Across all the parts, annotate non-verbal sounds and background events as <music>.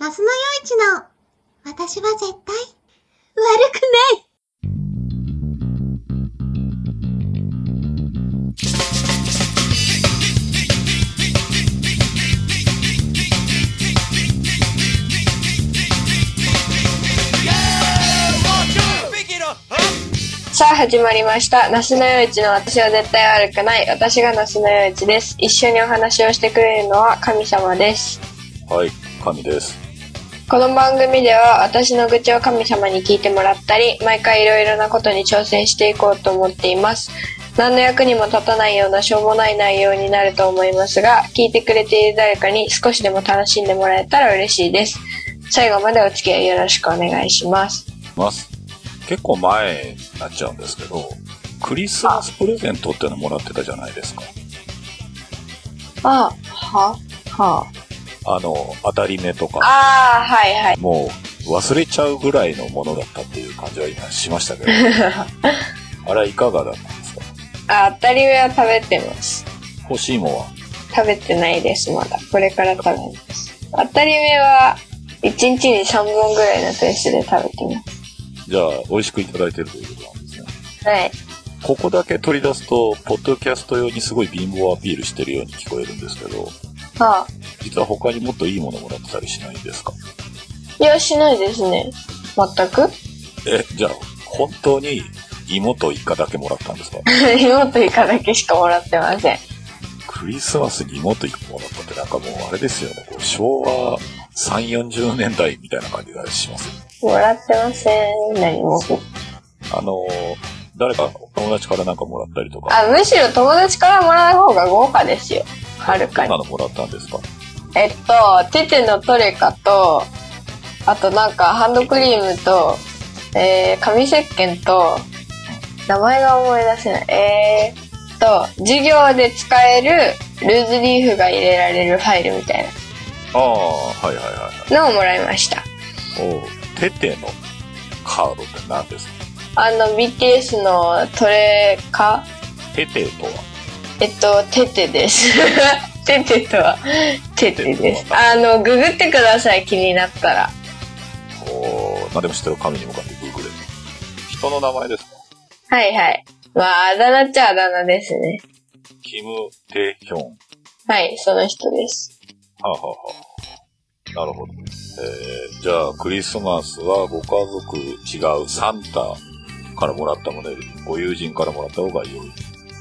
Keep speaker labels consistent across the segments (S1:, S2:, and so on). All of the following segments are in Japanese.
S1: ラスのイチの、私は絶対、悪くない
S2: さあ始まりました那須のよいちの私は絶対悪くない私が那須のよいちです一緒にお話をしてくれるのは神様です
S3: はい、神です。
S2: この番組では私の愚痴を神様に聞いてもらったり毎回いろいろなことに挑戦していこうと思っています何の役にも立たないようなしょうもない内容になると思いますが聞いてくれている誰かに少しでも楽しんでもらえたら嬉しいです最後までお付き合いよろしくお願いします
S3: ます。結構前になっちゃうんですけど、クリスマスプレゼントってのもらってたじゃないですか。
S2: あはは
S3: あの、当たり目とか、
S2: ああはいはい
S3: もう忘れちゃうぐらいのものだったっていう感じは今しましたけど、あれはいかがだったんですか
S2: あ当たり目は食べてます
S3: 欲しいもんは。
S2: 食べてないですまだこれから食べます当たり目は1日に3本ぐらいのペースで食べてま
S3: じゃあ、美味しくいただいてるということなんですね。
S2: すはい
S3: ここだけ取り出すと、ポッドキャスト用にすごい貧乏アピールしてるように聞こえるんですけど、
S2: は
S3: 実は他にもっといいものもらってたりしないんですか
S2: あいやしないですね全 <laughs> く
S3: え、じゃあ、本当に芋とイカだけもらったんですか
S2: 芋とイカだけしかもらってません
S3: クリスマスに芋とイカもらったってなんかもうあれですよね。こう昭和3、40年代みたいな感じがしますよ。
S2: もらってません何も
S3: あのー誰か友達からなんかもらったりとか、
S2: あむしろ友達からもらう方が豪華ですよはる
S3: ど
S2: か
S3: ん
S2: に
S3: なのもらったんですか
S2: えっとテテのトレカとあとなんかハンドクリームと、えー、紙石鹸と名前が思い出せないえー、っと授業で使えるルーズリーフが入れられるファイルみたい
S3: ああ、はいはいはい
S2: なのをもらいました
S3: はい。おうテテのカードって何ですか
S2: あの BTS のトレカ
S3: テテとは
S2: えっとテテです <laughs> テテとはテテです
S3: テテと
S2: あのググってください気になったら
S3: おう何でも知ってる神に向かってグーグル人の名前ですか
S2: はいはいまああだ名っちゃあだ名ですね
S3: キム・テヒョン。
S2: はいその人です
S3: はあ、はあはあ、なるほど。えー、じゃあ、クリスマスはご家族違うサンタからもらったものより、ご友人からもらった方が良い。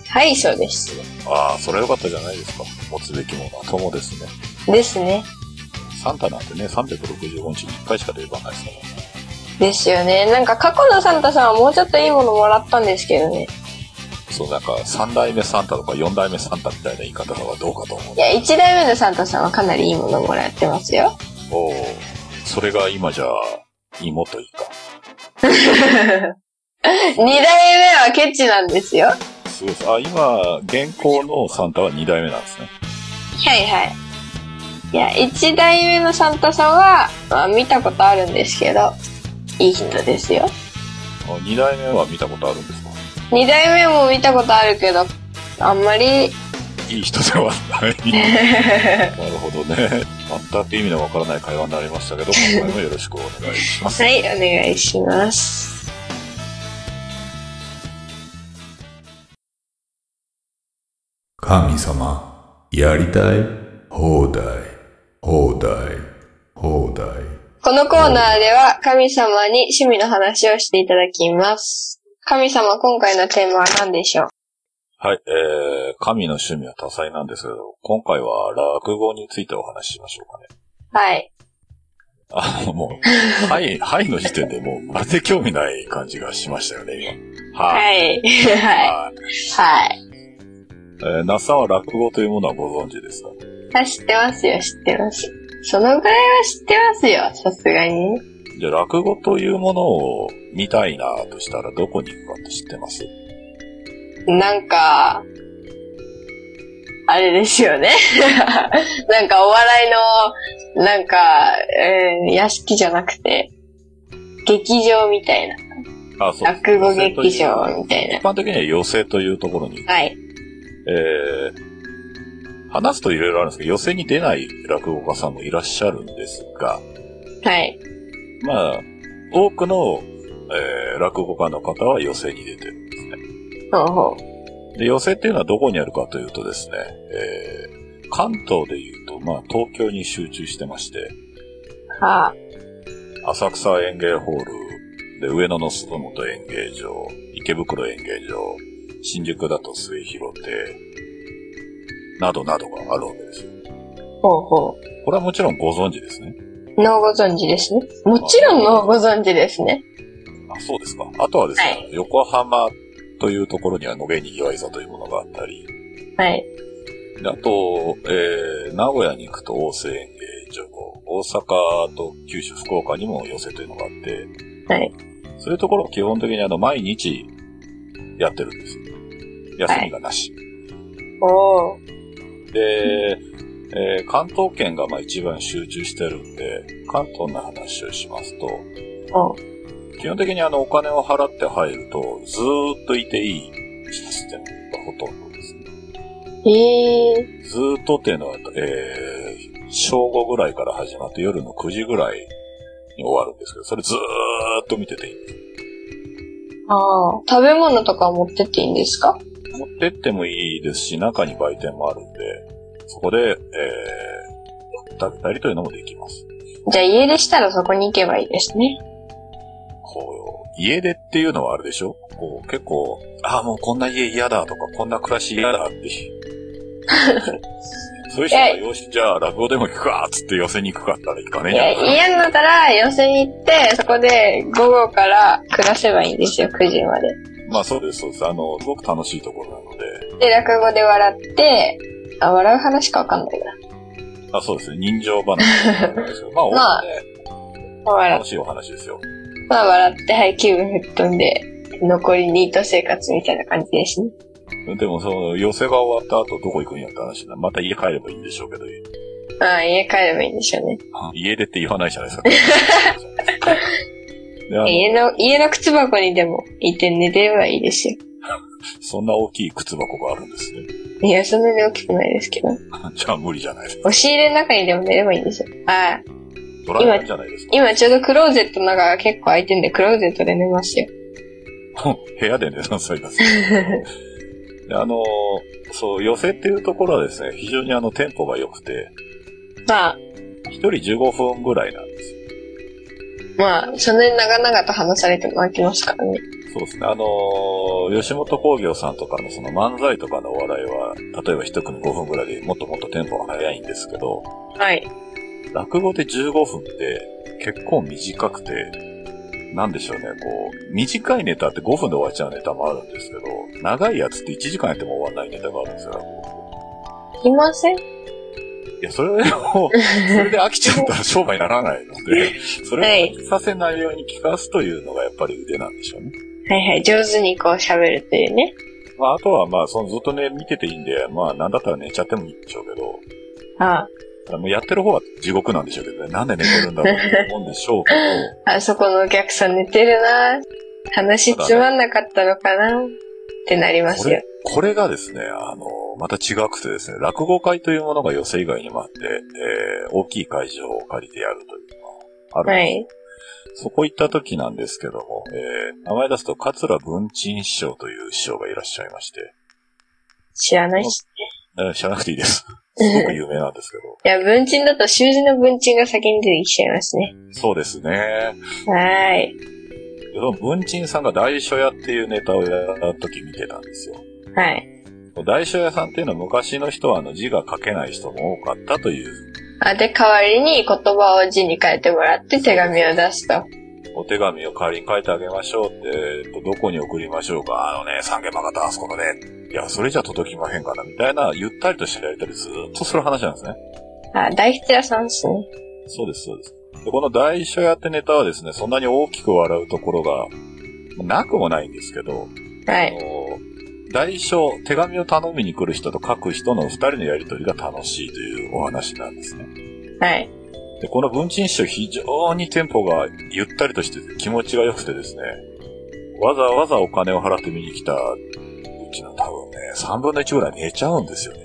S2: はい、そうです。
S3: ああ、それは良かったじゃないですか。持つべきものは友ですね。
S2: ですね。
S3: サンタなんてね、365日に1回しか出番ないですからね。
S2: ですよね。なんか過去のサンタさんはもうちょっといいものもらったんですけどね。
S3: そう、なんか、3代目サンタとか4代目サンタみたいな言い方はどうかと思う
S2: い。や、1代目のサンタさんはかなりいいものもらってますよ。 <laughs>
S3: おお、それが今じゃあ、芋とイカ。
S2: 2代目はケチなんですよ。は
S3: すごいです。あ、今、現行のサンタは2代目なんですね。
S2: いはい。いや、1代目のサンタさんは、まあ見たことあるんですけど、いい人ですよ。
S3: 2代目は見たことあるんですか
S2: 2代目も見たことあるけど、あんまり、
S3: いい人ではない。なるほどね。全く意味のわからない会話になりましたけど、今回もよろしくお願いします。
S2: はい、お願いします。
S4: 神様、やりたい放題、放題、放題。
S2: このコーナーでは神様に趣味の話をしていただきます。神様、今回のテーマは何でしょう
S3: はい、えー、神の趣味は多彩なんですけど、今回は落語についてお話ししましょうかね。 <laughs>
S2: はい。
S3: あの、もう、はい、はいの時点でもう、まるで興味ない感じがしましたよね、今。は
S2: はい。
S3: い。
S2: はい。
S3: はい。
S2: はい。
S3: えー、那須さんは落語というものはご存知ですか
S2: あ、知ってますよ、知ってます。そのぐらいは知ってますよ、さすがに。
S3: じゃあ、落語というものを見たいなとしたら、どこに行くかって知ってます
S2: なんか、あれですよね。 <laughs> なんかお笑いの、なんか、うん、屋敷じゃなくて、劇場みたいな。
S3: あ、そう。
S2: 落語劇場みたいな
S3: 一般的には寄席というところに、
S2: はい。
S3: えー、話すといろいろあるんですけど、寄席に出ない落語家さんもいらっしゃるんですが、
S2: はい。
S3: まあ、多くの、えー落語家の方は寄席に出てるんですね。
S2: ほうほ
S3: で、寄席っていうのはどこにあるかというとですね、えー関東でいうと、まあ、東京に集中してまして、
S2: う。はあ。
S3: 浅草演芸ホール、で、上野の鈴本演芸場、池袋演芸場、新宿だと末広亭、などなどがあるわけですよ。
S2: ほうほ
S3: これはもちろんご存知ですね。
S2: う。のご存知ですね。もちろんのご存知ですね。
S3: あ、そうですか。あとはですね、
S2: は
S3: 横浜というところには野毛にぎわい座というものがあったり、
S2: はい。
S3: であと、えー、名古屋に行くと大瀬演芸場、大阪と九州、福岡にも寄せというのがあって、
S2: はい。
S3: そういうところは基本的にあの、毎日やってるんですよ。休みがなし。
S2: おー。
S3: で、えー関東圏がまあ一番集中してるんで、関東の話をしますと、
S2: お
S3: 基本的にあのお金を払って入ると、ずーっといていいシステムがほとんどですね。
S2: へえ。
S3: ずーっとっていうのは、えー、正午ぐらいから始まって夜の9時ぐらいに終わるんですけど、それずーっと見てていい。
S2: ああ。食べ物とか持ってっていいんですか
S3: 持ってってもいいですし、中に売店もあるんで、そこで、えー、食べたりというのもできます。
S2: じゃあ家でしたらそこに行けばいいですね。
S3: こう、家でっていうのはあれでしょこう、結構、ああ、もうこんな家嫌だとか、こんな暮らし嫌だって。 <laughs> そういう人が、
S2: え
S3: よし、じゃあ、落語でも行くか、っつって寄せに行くかったら行かね
S2: い
S3: えじゃ
S2: や、
S3: ん。
S2: 嫌になったら寄せに行って、そこで午後から暮らせばいいんですよ、9時まで。
S3: まあ、そうです、そうです。あの、すごく楽しいところなので、
S2: で、落語で笑って、あ、笑う話しかわかんないな。
S3: あ、そうですね、人
S2: <laughs>
S3: 情話なんですよ。まあ、おおむ
S2: まあ
S3: ね
S2: まあ笑
S3: 楽しいお話ですよ。
S2: っまあ、笑って、はい、気分吹っ飛んで、残りニート生活みたいな感じですね。
S3: でも、その、寄せが終わった後、どこ行くんやって話になるまた家帰ればいいんでしょうけど、
S2: ああ、家帰ればいいんでしょうね。
S3: 家出って言わないじゃない
S2: <laughs>
S3: ですか。であの
S2: 家の、家の靴箱にでもいて寝てればいいですよ。
S3: そんな大きい靴箱があるんですね。 <laughs>
S2: いや、そんなに大きくないですけど。
S3: じゃあ無理じゃないですか。
S2: 押し入れの中にでも寝ればいいんですよ。ああ、
S3: ドラえもんじゃないですか。
S2: 今ちょうどクローゼットの中が結構空いてんで、クローゼットで寝ます
S3: <laughs>
S2: よ。
S3: 部屋で寝なさいます。であのーそう、寄せっていうところはですね、非常にあの、テンポが良くて、
S2: まあ、
S3: 1人15分ぐらいなんですよ。
S2: まあ、そんなに長々と話されても飽きますからね。
S3: そうですね。あのー吉本興業さんとかのその漫才とかのお笑いは、例えば一組5分ぐらいでもっともっとテンポが速いんですけど、
S2: はい。
S3: 落語で15分って結構短くて、なんでしょうね、こう、短いネタって5分で終わっちゃうネタもあるんですけど、長いやつって1時間やっても終わらないネタがあるんですよ。
S2: いま
S3: <laughs>
S2: せん
S3: いや、それを、それで飽きちゃったら商売にならないので、それを飽きさせないように聞かすというのがやっぱり腕なんでしょうね。
S2: はいはい、上手にこう喋るというね。
S3: まあ、あとはまあ、そのずっとね、見てていいんで、まあ、なんだったら寝ちゃってもいいんでしょうけど、
S2: あ
S3: もうやってる方は地獄なんでしょうけどね、なんで寝てるんだろうと思うんでしょうけ
S2: <laughs>
S3: ど、
S2: あ、あそこのお客さん寝てるな話つまんなかったのかなってなりま
S3: こ
S2: すよ
S3: れ。これがですね、あの、また違くてですね、落語会というものが寄席以外にもあって、えー大きい会場を借りてやるというのがある、
S2: はい。
S3: そこ行った時なんですけども、えー名前出すと、桂文鎮師匠という師匠がいらっしゃいまして、
S2: 知らないし。
S3: えー知らなくていいです。
S2: <laughs>
S3: すごく有名なんですけど。
S2: いや、文鎮だと習字の文鎮が先に出てきちゃいますね。
S3: そうですね。
S2: はーい。
S3: でその文鎮さんが大書屋っていうネタをやった時見てたんですよ。
S2: はい。
S3: 大書屋さんっていうのは昔の人はあの字が書けない人も多かったという
S2: あ、で、代わりに言葉を字に変えてもらって手紙を出すと。
S3: お手紙を代わりに書いてあげましょうって、えっと、どこに送りましょうか、あのね、三軒間方あそこのね、いや、それじゃ届きまへんかな、みたいな、ゆったりとしたやりとりずーっとする話なんですね。
S2: あ、大筆屋さんですね。
S3: そうです、そうです。でこの大書屋ってネタはですね、そんなに大きく笑うところが、なくもないんですけど、
S2: は
S3: あ
S2: い。
S3: の大書、手紙を頼みに来る人と書く人の二人のやりとりが楽しいというお話なんですね。
S2: はい。
S3: で、この文鎮師匠非常にテンポがゆったりとしてて気持ちが良くてですね、わざわざお金を払って見に来たうちの多分ね、3分の1ぐらい寝ちゃうんですよね。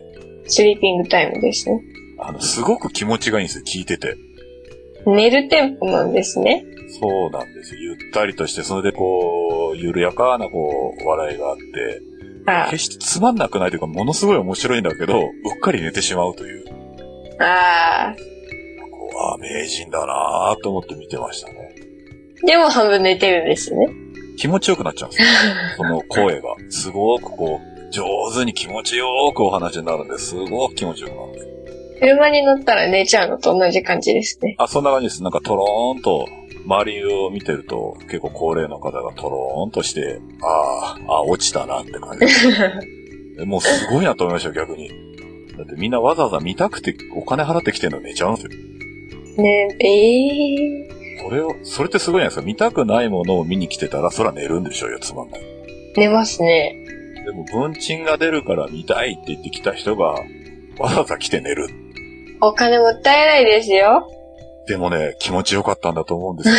S2: スリーピングタイムですね。
S3: あの、すごく気持ちがいいんですよ、聞いてて。
S2: 寝るテンポなんですね。
S3: そうなんですよ。ゆったりとして、それでこう、緩やかなこう、笑いがあって、
S2: あ
S3: 決してつまんなくないというか、ものすごい面白いんだけど、うっかり寝てしまうという、
S2: あ
S3: こう、ああ、名人だなぁと思って見てましたね。
S2: ー。でも半分寝てるんですね。
S3: 気持ちよくなっちゃうんですよ。その声が。すごくこう、上手に気持ちよくお話になるんです。すごく気持ちよくなるんです。
S2: 車に乗ったら寝ちゃうのと同じ感じですね。 <laughs>
S3: あ、そんな感じです。なんかトローンと、周りを見てると、結構高齢の方がトローンとして、あーあ、落ちたなって感じ。えもうすごいなと思いましたよ、逆に。だってみんなわざわざ見たくてお金払ってきてるのに寝ちゃうんですよ。
S2: ねえー、
S3: これを、それってすごいじゃないですか。見たくないものを見に来てたら、そら寝るんでしょうよ、つまんない。
S2: 寝ますね。
S3: でも、文鎮が出るから見たいって言ってきた人が、わざわざ来て寝る。
S2: お金もったいないですよ。 <laughs>
S3: でもね、気持ちよかったんだと思うんですよ。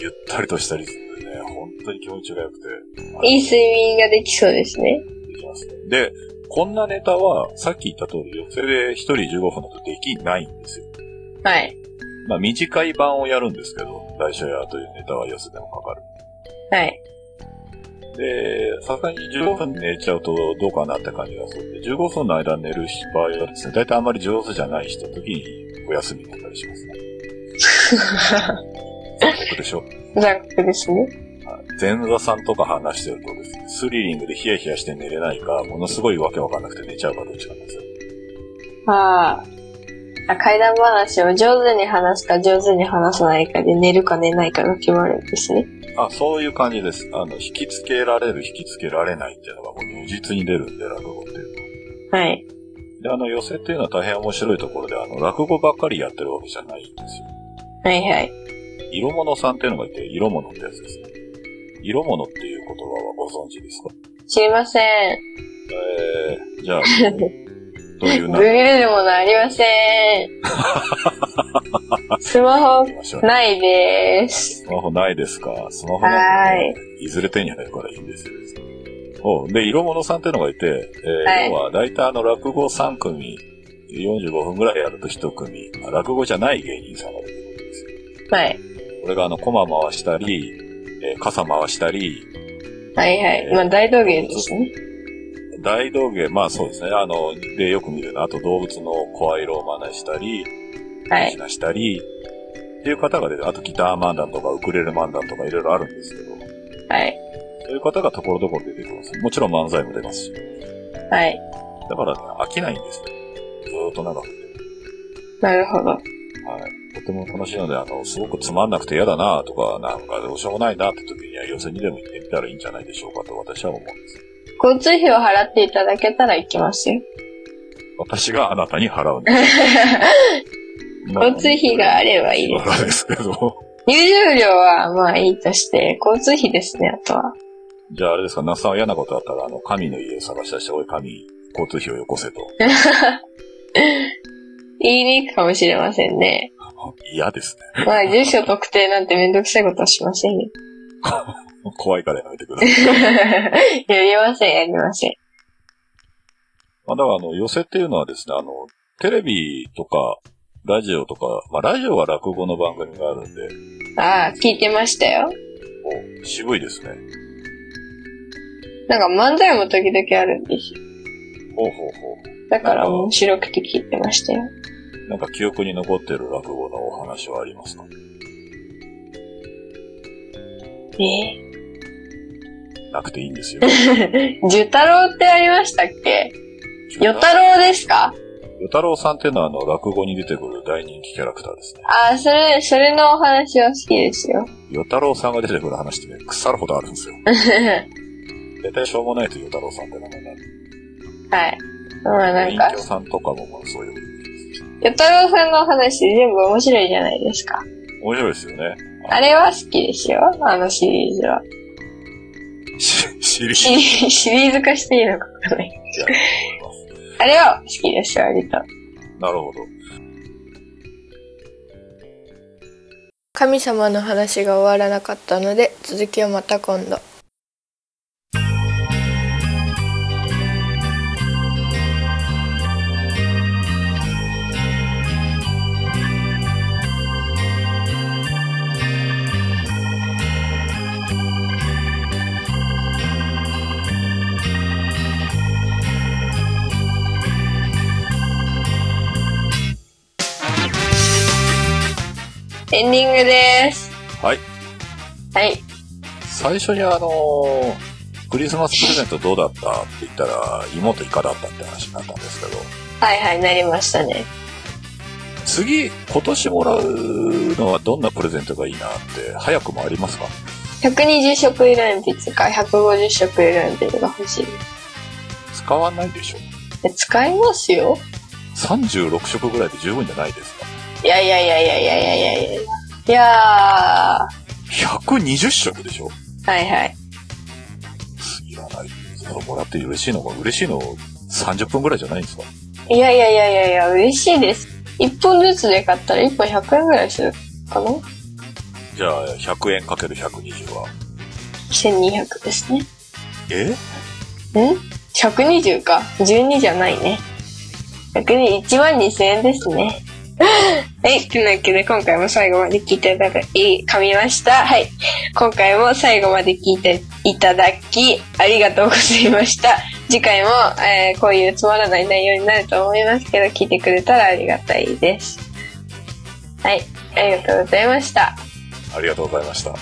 S3: ゆったりとしたリズムでね、本当に気持ちが良くて。
S2: いい睡眠ができそうですね。
S3: できますね。で、こんなネタは、さっき言った通り、寄せで1人15分だとできないんですよ。
S2: はい。
S3: まあ、短い版をやるんですけど、大書屋というネタは寄せでもかかる。
S2: はい。 <laughs>
S3: で、さすがに15分寝ちゃうとどうかなって感じがするんで、15分の間寝る場合はですね、大体あんまり上手じゃない人の時にお休みになったりしますね。残酷でしょ
S2: 残酷ですね。
S3: 前座さんとか話してるとですね、スリリングでヒヤヒヤして寝れないか、ものすごいわけわかんなくて寝ちゃうかどっちかなんですよ。
S2: ああ。階段話を上手に話すか上手に話さないかで寝るか寝ないかが決まるんですね。
S3: あ、そういう感じです。あの、引きつけられる、引きつけられないっていうのがもう如実に出るんで、落語っていうのは。
S2: はい。
S3: で、あの、寄せっていうのは大変面白いところで、あの、落語ばっかりやってるわけじゃないんですよ。
S2: はいはい。
S3: 色物さんっていうのがいて、色物ってやつですね。色物っていう言葉はご存知ですか
S2: 知りません。
S3: えー、じゃあ、どういう
S2: ググ
S3: 名前
S2: るものありません。 <laughs> スマ
S3: でしょう
S2: ホないです。
S3: スマホないですかスマホ
S2: は
S3: ないんてねいずれ手に入るからいいんですよ。おうで、色物さんっていうのがいて、えー
S2: はい
S3: 要は大体あの落語3組、45分ぐらいやると1組、あ落語じゃない芸人さんが出てくるんですよ。
S2: はい。
S3: これがあの、コマ回したり、えー傘回したり、
S2: はいはい。まあ、大道芸ですね。
S3: 大道芸、まあそうですね、あの、で、よく見るのは、あと動物の声色を真似したり、
S2: はい。
S3: なしたり、っていう方が出て、あとギター漫談とかウクレレ漫談とかいろいろあるんですけど、
S2: はい。
S3: そういう方がところどころ出てきます。もちろん漫才も出ますし。
S2: はい。
S3: だからね、飽きないんですよ。ずーっと長くて。
S2: なるほど。
S3: はい。とても楽しいので、あの、すごくつまんなくて嫌だなとか、なんかどうしようもないなって時には、寄せにでも行ってみたらいいんじゃないでしょうかと私は思うんです。
S2: 交通費を払っていただけたら行きますよ。
S3: 私があなたに払うんです。 <laughs>
S2: 交通費があればいいです。
S3: です。ですけど。
S2: 入場料はまあいいとして、交通費ですね、あとは。
S3: じゃああれですか、那須さんは嫌なことあったら、あの、神の家を探し出して、おい神、交通費をよこせと。
S2: 言いに行くかもしれませんね。
S3: 嫌ですね。
S2: まあ、住所特定なんてめんどくさいことはしませんよ。 <laughs>
S3: 怖いからやめてください。
S2: やりません、やりません。
S3: まあ、だからあの、寄せっていうのはですね、あの、テレビとか、ラジオとか、まあ、ラジオは落語の番組があるんで、
S2: ああ、聞いてましたよ。
S3: お渋いですね。
S2: なんか漫才も時々あるんですよ。
S3: ほうほうほ
S2: だから面白くて聞いてましたよ。
S3: う。なんか記憶に残ってる落語のお話はありますか
S2: え <laughs>
S3: なくていいんですよ。
S2: え寿太郎ってありましたっけ与太郎ですか
S3: 与太郎さんっていうのは、あの、落語に出てくる大人気キャラクターですね。
S2: ああ、それ、それのお話は好きですよ。 <laughs>
S3: 与太郎さんが出てくる話ってね、腐るほどあるんですよ。大体しょうもないと与太郎さんって名前なんで。
S2: はい。まあなんか
S3: 人形、さんとかももうそういう。
S2: 与太郎さんのお話全部面白いじゃないですか。
S3: 面白いですよね。
S2: あれは好きですよ、あのシリーズは。
S3: し、 <laughs> 知り
S2: シ
S3: たい
S2: リシリーズ化していいのかわかんない。
S3: と思います。
S2: あれは好きですよ、割と。
S3: なるほど。
S5: 神様の話が終わらなかったので続きをまた今度
S6: 「
S2: エンディングです。
S3: はい。
S2: はい。
S3: 最初にあのークリスマスプレゼントどうだったって言ったら、妹イカだったって話になったんですけど、
S2: はいはい、なりましたね。
S3: 次、今年もらうのはどんなプレゼントがいいなって、早くもありますか
S2: 120色色鉛筆か150色色鉛筆が欲しいで
S3: 使わないでしょ
S2: すえ。使いますよ
S3: ?36 色ぐらいで十分じゃないですか
S2: いやいやいやいやいやいやいやいやいや。は
S3: ?120 色でしょ
S2: いはい。
S3: いらない。それもらって嬉しいのが、嬉しいの30分ぐらいじゃないんですか
S2: いやいやいやいやいや、嬉しいです。1本ずつで買ったら1本100円ぐらいするかな
S3: じゃあ、100円かける120は。
S2: ?1200 ですね。
S3: え
S2: ん ?120 か。12じゃないね。120、1万2000円ですね。 <laughs> はい。というわけで、今回も最後まで聞いていただき、噛みました。はい。今回も最後まで聞いていただき、ありがとうございました。次回も、えーこういうつまらない内容になると思いますけど、聞いてくれたらありがたいです。はい。ありがとうございました。
S3: ありがとうございました。